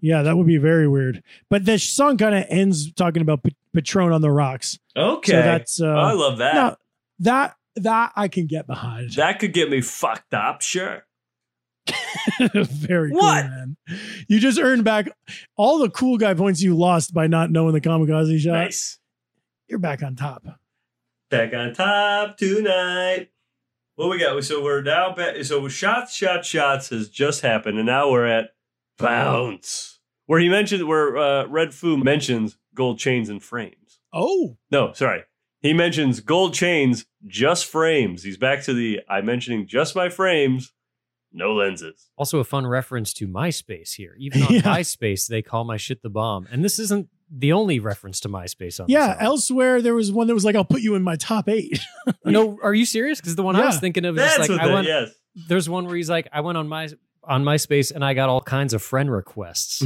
C: "Yeah, that would be very weird." But the song kind of ends talking about Pat- Patron on the rocks.
A: Okay,
C: So that's uh,
A: I love that.
C: no, that that I can get behind.
A: That could get me fucked up. Sure.
C: very
A: What?
C: cool, man. You just earned back all the cool guy points you lost by not knowing the kamikaze shot.
A: nice.
C: You're back on top.
A: Back on top tonight. What we got? So we're now back. So shots, shots, shots has just happened, and now we're at bounce, where he mentioned where uh, Red Foo mentions gold chains and frames.
C: Oh,
A: No, sorry, he mentions gold chains, just frames. He's back to the I mentioning just my frames, no lenses.
B: Also, a fun reference to MySpace here. Even on
C: Yeah.
B: MySpace, they call my shit the bomb, and this isn't the only reference to MySpace on.
C: yeah.
B: this album.
C: Elsewhere, there was one that was like, "I'll put you in my top eight.
B: no, are you serious? Because the one I was
C: Yeah.
B: thinking of is
A: That's
B: like
A: what
B: I
A: that.
B: went.
A: yes.
B: There's one where he's like, I went on my on MySpace and I got all kinds of friend requests.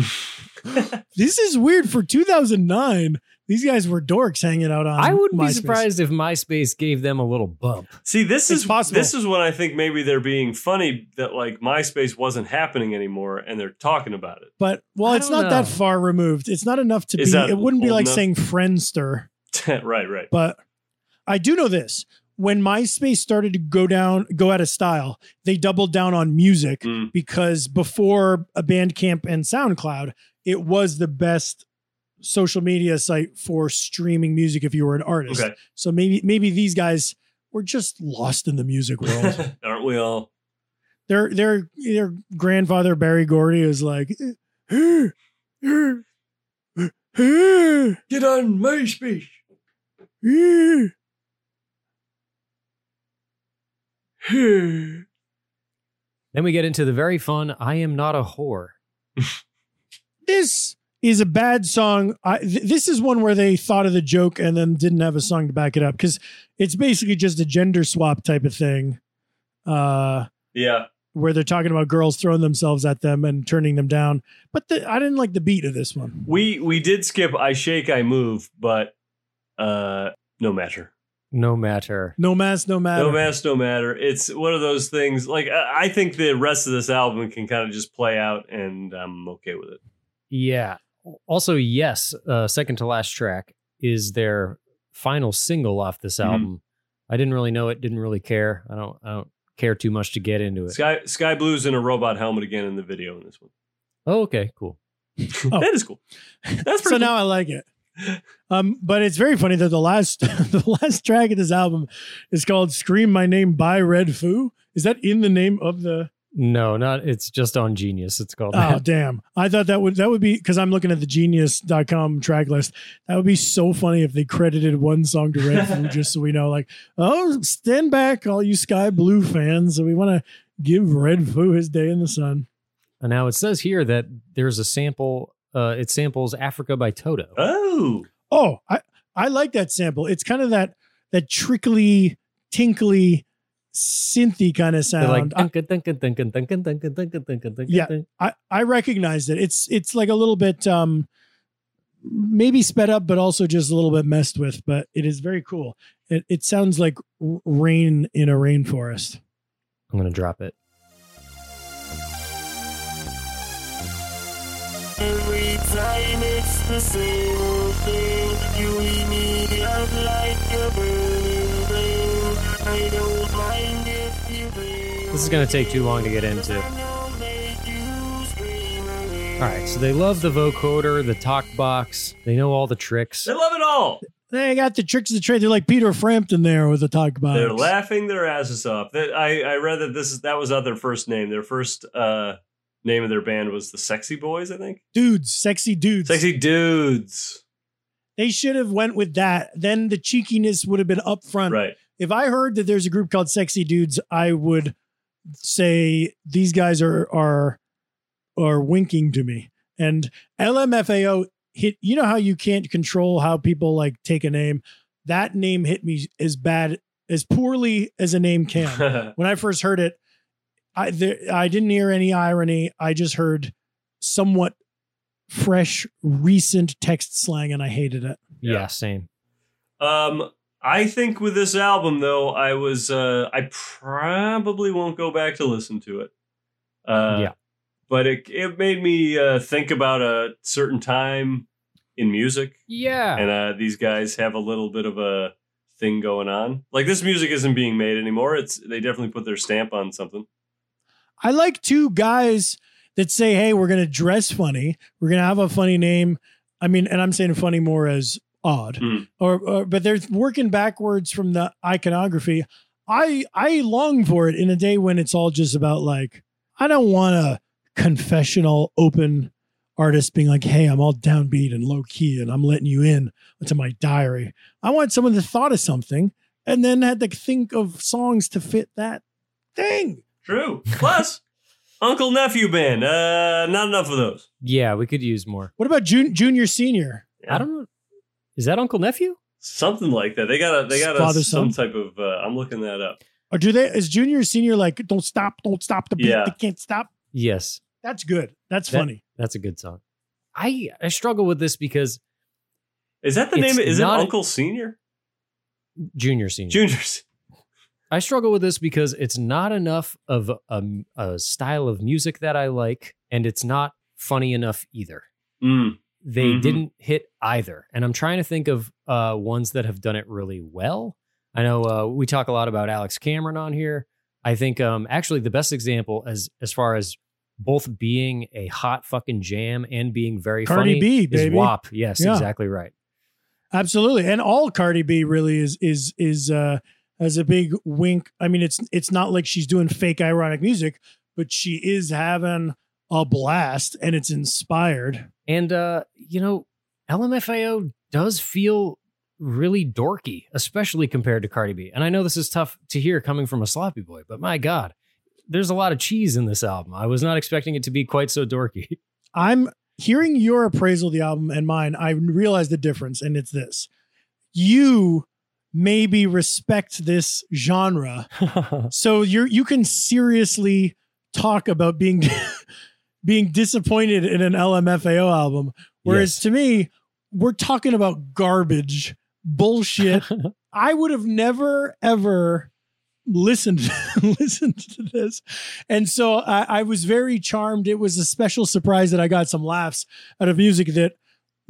C: This is weird for 2009. These guys were dorks hanging out on.
B: I wouldn't be
C: MySpace.
B: surprised if MySpace gave them a little bump.
A: See, this
C: It's
A: is
C: possible.
A: this is when I think maybe they're being funny that like MySpace wasn't happening anymore, and they're talking about it.
C: But well,
B: I
C: it's
B: don't
C: not that
B: know.
C: far removed. It's not enough to
A: Is
C: be.
A: that
C: It wouldn't be
A: old
C: like
A: enough?
C: saying Friendster.
A: right, right.
C: But I do know this. When MySpace started to go down, go out of style, they doubled down on music
A: Mm.
C: because before a Bandcamp and SoundCloud, it was the best social media site for streaming music if you were an artist.
A: Okay.
C: So maybe maybe these guys were just lost in the music world.
A: Aren't we all?
C: their their their grandfather Barry Gordy is like,
A: Get on MySpace.
B: Then we get into the very fun I am not a whore.
C: this is a bad song. I, th- this is one where they thought of the joke and then didn't have a song to back it up because it's basically just a gender swap type of thing. Uh,
A: Yeah.
C: where they're talking about girls throwing themselves at them and turning them down. But the, I didn't like the beat of this one.
A: We we did skip I shake, I move, but uh no matter.
B: No matter.
C: No mask, no matter.
A: No mask, no matter. It's one of those things like I I think the rest of this album can kind of just play out and I'm okay with it.
B: Yeah. Also, yes, uh, second to last track. is their final single off this
A: Mhm.
C: Mm-hmm.
B: album. I didn't really know it, didn't really care. I don't I don't care too much to get into it.
A: Sky Sky Blue's in a robot helmet again in the video in this one.
B: Oh, okay, cool.
C: Oh.
A: That is cool. That's
C: so
A: pretty.
C: now I like it. Um, but it's very funny that the last the last track of this album is called "Scream My Name" by Red Foo. Is that in the name of the?
B: No, not it's just on Genius. It's called
C: Oh
B: that.
C: damn! I thought that would that would be because I'm looking at the Genius.com track list. That would be so funny if they credited one song to Red Foo, just so we know. Like, oh, stand back, all you Sky Blue fans. So we want to give Red Foo his day in the sun.
B: And now it says here that there's a sample. Uh, it samples Africa by Toto.
A: oh,
C: Oh, I I like that sample. It's kind of that that trickly, tinkly, synthy kind of
B: They're
C: sound.
B: like
C: I-
B: "Dunka, dunka, dunka, dunka, dunka, dunka, dunka, dunka,
C: Yeah.
B: dunka."
C: I I recognized it. It's it's like a little bit um maybe sped up, but also just a little bit messed with. But it is very cool. It it sounds like r- rain in a rainforest.
B: I'm gonna drop it.
F: Every time it's the same old thing, you leave me out like a burning flame. I don't mind if you blame.
B: This is gonna take too long to get into. All right, so they love the vocoder, the talk box. They know all the tricks.
A: they love it all.
C: They got the tricks of the trade. They're like Peter Frampton there with the talk box.
A: They're laughing their asses off. That I, I read that this is that was not their first name. Their first uh, name of their band was the Sexy Boys, I think.
C: dudes, sexy dudes.
A: Sexy Dudes,
C: They should have went with that. Then the cheekiness would have been up front.
A: right?
C: if I heard that there's a group called Sexy Dudes, I would say these guys are are are winking to me. And LMFAO hit you know how you can't control how people like take a name? That name hit me as bad as poorly as a name can. when I first heard it, I there, I didn't hear any irony. I just heard somewhat fresh recent text slang and I hated it.
B: Yeah,
A: Yeah.
B: same.
A: Um, I think with this album though, I was uh, I probably won't go back to listen to it. Uh,
B: Yeah.
A: but it it made me uh, think about a certain time in music,
B: Yeah,
A: and uh, these guys have a little bit of a thing going on. Like this music isn't being made anymore. It's they definitely put their stamp on something.
C: I like two guys that say, "Hey, we're going to dress funny. We're going to have a funny name." I mean, and I'm saying funny more as odd,
A: Mm.
C: or, or but they're working backwards from the iconography. I I long for it in a day when it's all just about like I don't want a confessional open artist being like, "Hey, I'm all downbeat and low key, and I'm letting you in to my diary." I want someone that thought of something and then had to think of songs to fit that thing.
A: True. Plus, Uncle Nephew Band. Uh, not enough of those.
B: yeah, we could use more.
C: What about jun- junior senior?
B: I don't know. Is that Uncle Nephew?
A: Something like that. They got a they got
C: Father,
A: a, some
C: son.
A: type of. Uh, I'm looking that up.
C: Or do they is junior senior like don't stop, don't stop the beat,
A: Yeah.
C: they can't stop?
B: Yes.
C: That's good. That's
B: That-
C: funny.
B: That's a good song. I I struggle with this because
A: Is that the
B: It's
A: name? Is it
B: not-
A: Uncle Senior?
B: Junior Senior.
A: Juniors.
B: I struggle with this because it's not enough of a, a style of music that I like, and it's not funny enough either. Hmm.
A: Mm.
B: They
C: Mm-hmm.
A: Mhm.
B: didn't hit either, and I'm trying to think of uh, ones that have done it really well. I know uh, we talk a lot about Alex Cameron on here. I think um, actually the best example as as far as both being a hot fucking jam and being very
C: Cardi
B: funny
C: B,
B: is
C: baby.
B: WAP. Yes,
C: Yeah.
B: exactly right.
C: Absolutely. And all Cardi B really is is is uh has a big wink. I mean, it's it's not like she's doing fake ironic music, but she is having a blast and it's inspired.
B: And uh, you know, LMFAO does feel really dorky, especially compared to Cardi B. And I know this is tough to hear coming from a sloppy boy, but my God, there's a lot of cheese in this album. I was not expecting it to be quite so dorky.
C: I'm hearing your appraisal of the album and mine, I realize the difference, and it's this. You maybe respect this genre So you're you can seriously talk about being being disappointed in an LMFAO album, whereas
B: Yes.
C: to me, we're talking about garbage, bullshit. I would have never ever listened listened to this, and so I, I was very charmed. It was a special surprise that I got some laughs out of music that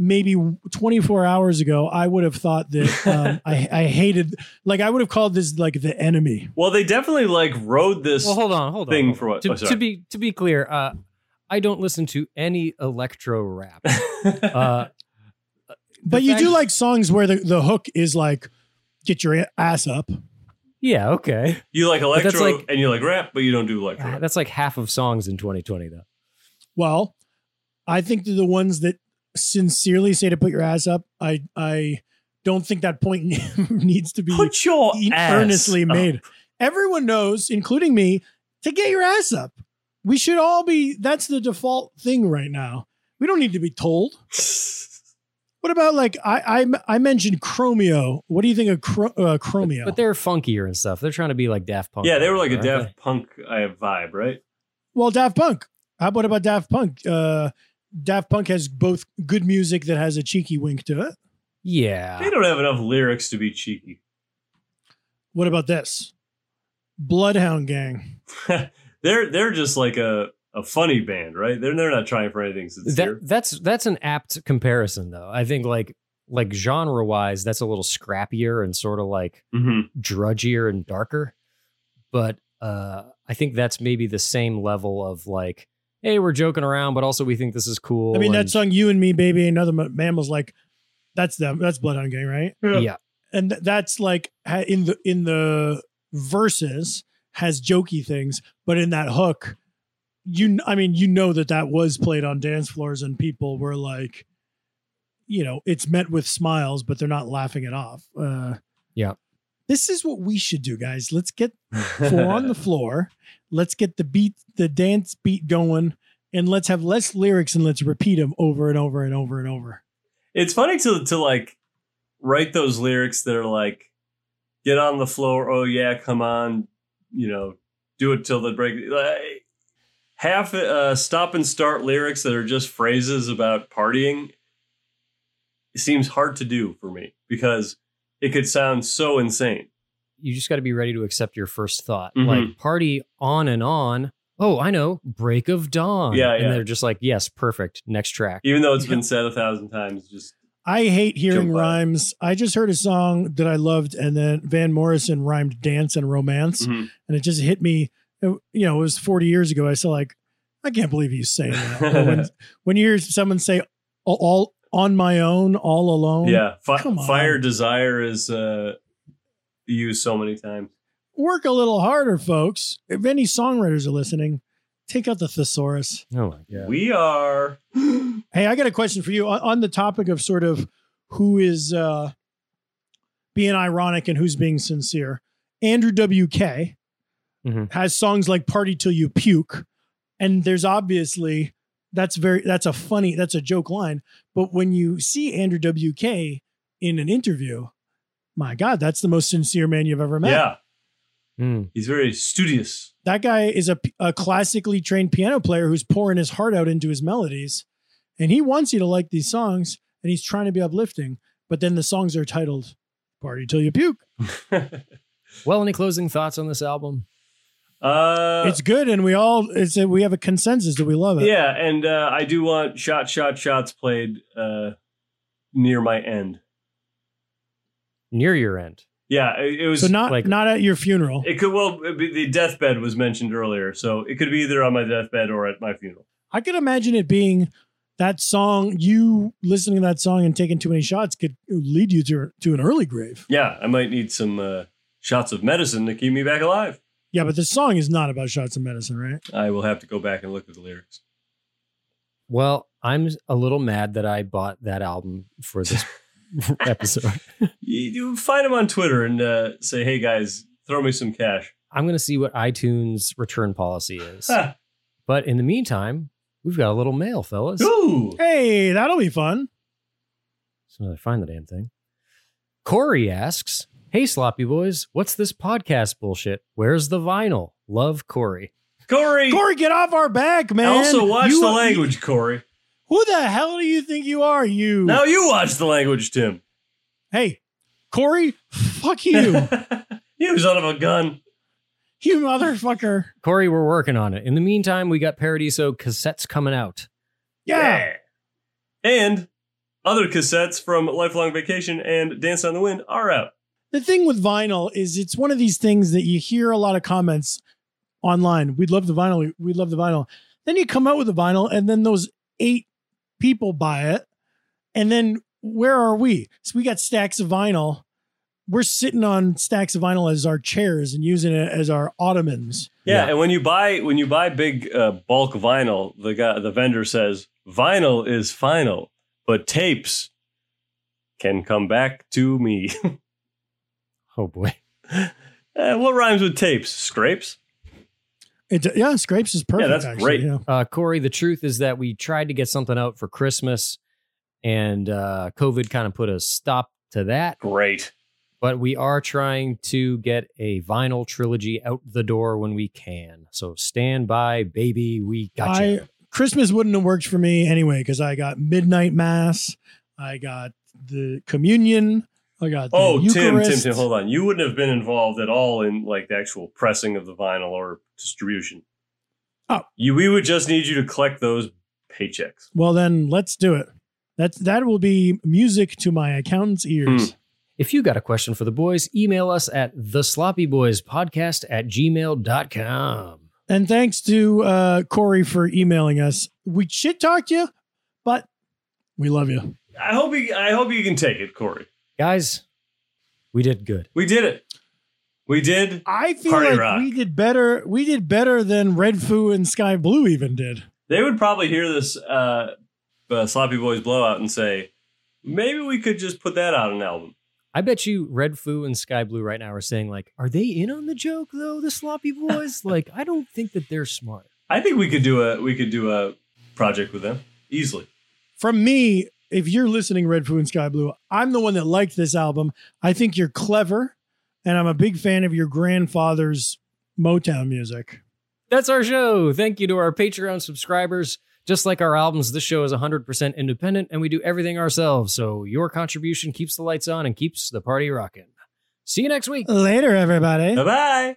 C: maybe 24 hours ago, I would have thought that um, I, I hated, like, I would have called this like the enemy.
A: Well, they definitely like rode this.
B: Well, hold on, hold on.
A: Thing
B: hold on.
A: for what-
B: To,
A: oh,
B: to
A: sorry.
B: be to be clear, uh, I don't listen to any electro rap. Uh,
C: But you
B: fact-
C: do like songs where the, the hook is like, get your ass up.
B: yeah, okay.
A: you like
B: But that's
A: electro
B: like-
A: and you like rap, but you don't do electro.
B: Ah,
A: rap.
B: That's like half of songs in 2020, though.
C: Well, I think that the ones that sincerely say to put your ass up, I, I don't think that point needs to be
A: Put your
C: e-
A: ass
C: earnestly
A: up.
C: made. Everyone knows, including me, to get your ass up. We should all be, that's the default thing right now. We don't need to be told. What about like, I I, I mentioned Chromeo. What do you think of Chro, uh, Chromeo?
B: But they're funkier and stuff. They're trying to be like Daft Punk.
A: yeah, they were like a
B: aren't
A: Daft Punk uh, vibe, right?
C: well, Daft Punk. How, what about Daft Punk? Uh, Daft Punk has both good music that has a cheeky wink to it.
B: they? Yeah.
A: They don't have enough lyrics to be cheeky.
C: What about this? Bloodhound Gang.
A: they're they're just like a, a funny band, right? They're they're not trying for anything
B: That,
A: sincere.
B: that's that's an apt comparison, though. I think like like genre wise, that's a little scrappier and sort of like
A: hmm
B: drudgier and darker. But uh, I think that's maybe the same level of like, hey, we're joking around, but also we think this is cool.
C: I mean, that
B: and-
C: song "You and Me, Baby, and Other M- Mammals" like that's them. That's Bloodhound Gang, right?
B: yeah,
C: And th- that's like ha- in the in the verses has jokey things, but in that hook, you kn- I mean, you know that that was played on dance floors and people were like, you know, it's met with smiles, but they're not laughing it off. Uh,
B: Yeah.
C: This is what we should do, guys. Let's get four on the floor. Let's get the beat, the dance beat going, and let's have less lyrics and let's repeat them over and over and over and over.
A: it's funny to to like write those lyrics that are like get on the floor oh yeah come on you know do it till the break like, half uh, stop and start lyrics that are just phrases about partying seems hard to do for me because it could sound so insane
B: you just got to be ready to accept your first thought.
A: Mhm.
B: Like party on and on. Oh, I know, break of dawn.
A: Yeah, yeah.
B: And they're just like, yes, perfect. Next track.
A: even though it's been said a thousand times just
C: I hate hearing
A: Jump up.
C: rhymes. I just heard a song that I loved, and then Van Morrison rhymed dance and romance,
A: Mhm.
C: and it just hit me. It- You know, it was 40 years ago. I still like, I can't believe he's saying that. Or when, when you hear someone say all, all on my own, all alone,
A: yeah Fi
C: come on.
A: fire desire is uh used so many times
C: work a little harder, folks. If any songwriters are listening, take out the thesaurus.
B: Oh my god.
A: we are
C: Hey, I got a question for you on, on the topic of sort of who is uh, being ironic and who's being sincere. Andrew WK
B: Mhm.
C: has songs like "Party Till You Puke," and there's obviously that's very that's a funny that's a joke line. But when you see Andrew WK in an interview, my God, that's the most sincere man you've ever met.
A: yeah
B: Mm.
A: he's very studious
C: that guy is a, a classically trained piano player who's pouring his heart out into his melodies and he wants you to like these songs and he's trying to be uplifting but then the songs are titled party till you puke
B: Well, any closing thoughts on this album?
A: Uh,
C: it's good and we all it's a, we have a consensus that we love it
A: yeah, and uh, I do want shot, shot, shots played uh, near my end.
B: Near your end.
A: Yeah, it, it was.
C: so not
B: like-
C: not at your funeral
A: it could well it'd be, the deathbed was mentioned earlier, so it could be either on my deathbed or at my funeral.
C: i could imagine it being that song you listening to that song and taking too many shots could lead you to to an early grave
A: Yeah, I might need some uh, shots of medicine to keep me back alive.
C: yeah but this song is not about shots of medicine right
A: I will have to go back and look at the lyrics.
B: Well, I'm a little mad that I bought that album for this episode.
A: You, you find him on Twitter and uh, say, "Hey guys, throw me some cash."
B: I'm going to see what iTunes return policy is.
A: Ah,
B: but in the meantime, we've got a little mail, fellas.
A: ooh,
C: hey that'll be fun
B: So I find the damn thing. Corey asks, Hey, Sloppy Boys, what's this podcast bullshit? Where's the vinyl? Love Corey.
A: Corey.
C: corey get off our back man
A: also, watch
C: You-
A: the language, Corey.
C: Who the hell do you think you are, you?
A: Now you watch the language, Tim.
C: Hey, Corey, fuck you,
A: you son of a gun.
C: you motherfucker.
B: Corey, we're working on it. In the meantime, we got Paradiso cassettes coming out.
C: Yeah.
A: And Other cassettes from Lifelong Vacation and Dance on the Wind are out.
C: The thing with vinyl is it's one of these things that you hear a lot of comments online. We'd love the vinyl. We'd love the vinyl. Then you come out with the vinyl, and then those eight people buy it. And then where are we? So we got stacks of vinyl. We're sitting on stacks of vinyl as our chairs and using it as our ottomans.
A: Yeah,
B: Yeah.
A: and when you buy when you buy big uh, bulk vinyl, the guy the vendor says vinyl is final, but tapes can come back to me.
B: Oh boy.
A: Eh, what rhymes with tapes? Scrapes.
C: It, yeah, scrapes is perfect.
A: that's
C: actually,
A: great.
C: yeah.
B: Uh, Corey, the truth is that we tried to get something out for Christmas, and uh, COVID kind of put a stop to that.
A: Great.
B: But we are trying to get a vinyl trilogy out the door when we can. So stand by, baby. We got
C: I-
B: you.
C: Christmas wouldn't have worked for me anyway because I got midnight mass, I got the communion, I got the
A: Oh, Tim, Tim,
C: Eucharist.
A: Tim, hold on. You wouldn't have been involved at all in like the actual pressing of the vinyl or distribution.
C: Oh.
A: you. We would just need you to collect those paychecks.
C: Well, then let's do it. That's that will be music to my accountant's
A: Hmm.
C: ears.
B: If you got a question for the boys, email us at the sloppy boys podcast at gmail.com.
C: And thanks to uh, Corey for emailing us. We shit talked you, but we love you.
A: I hope you. I hope you can take it, Corey.
B: Guys, we did good.
A: We did it. We did.
C: I feel
A: Party
C: like
A: rock.
C: we did better. We did better than Red Foo and Sky Blue even did.
A: They would probably hear this uh, uh, Sloppy Boys blowout and say, maybe we could just put that out on an album.
B: I bet you Red Foo and Sky Blue right now are saying, like, are they in on the joke though, the sloppy boys? like, I don't think that they're smart.
A: I think we could do a we could do a project with them easily.
C: from me, if you're listening, Red Foo and Sky Blue, I'm the one that liked this album. I think you're clever, and I'm a big fan of your grandfather's Motown music.
B: That's our show. Thank you to our Patreon subscribers. Just like our albums, this show is 100% independent and we do everything ourselves. So your contribution keeps the lights on and keeps the party rocking. See you next week.
C: Later, everybody.
A: Bye bye.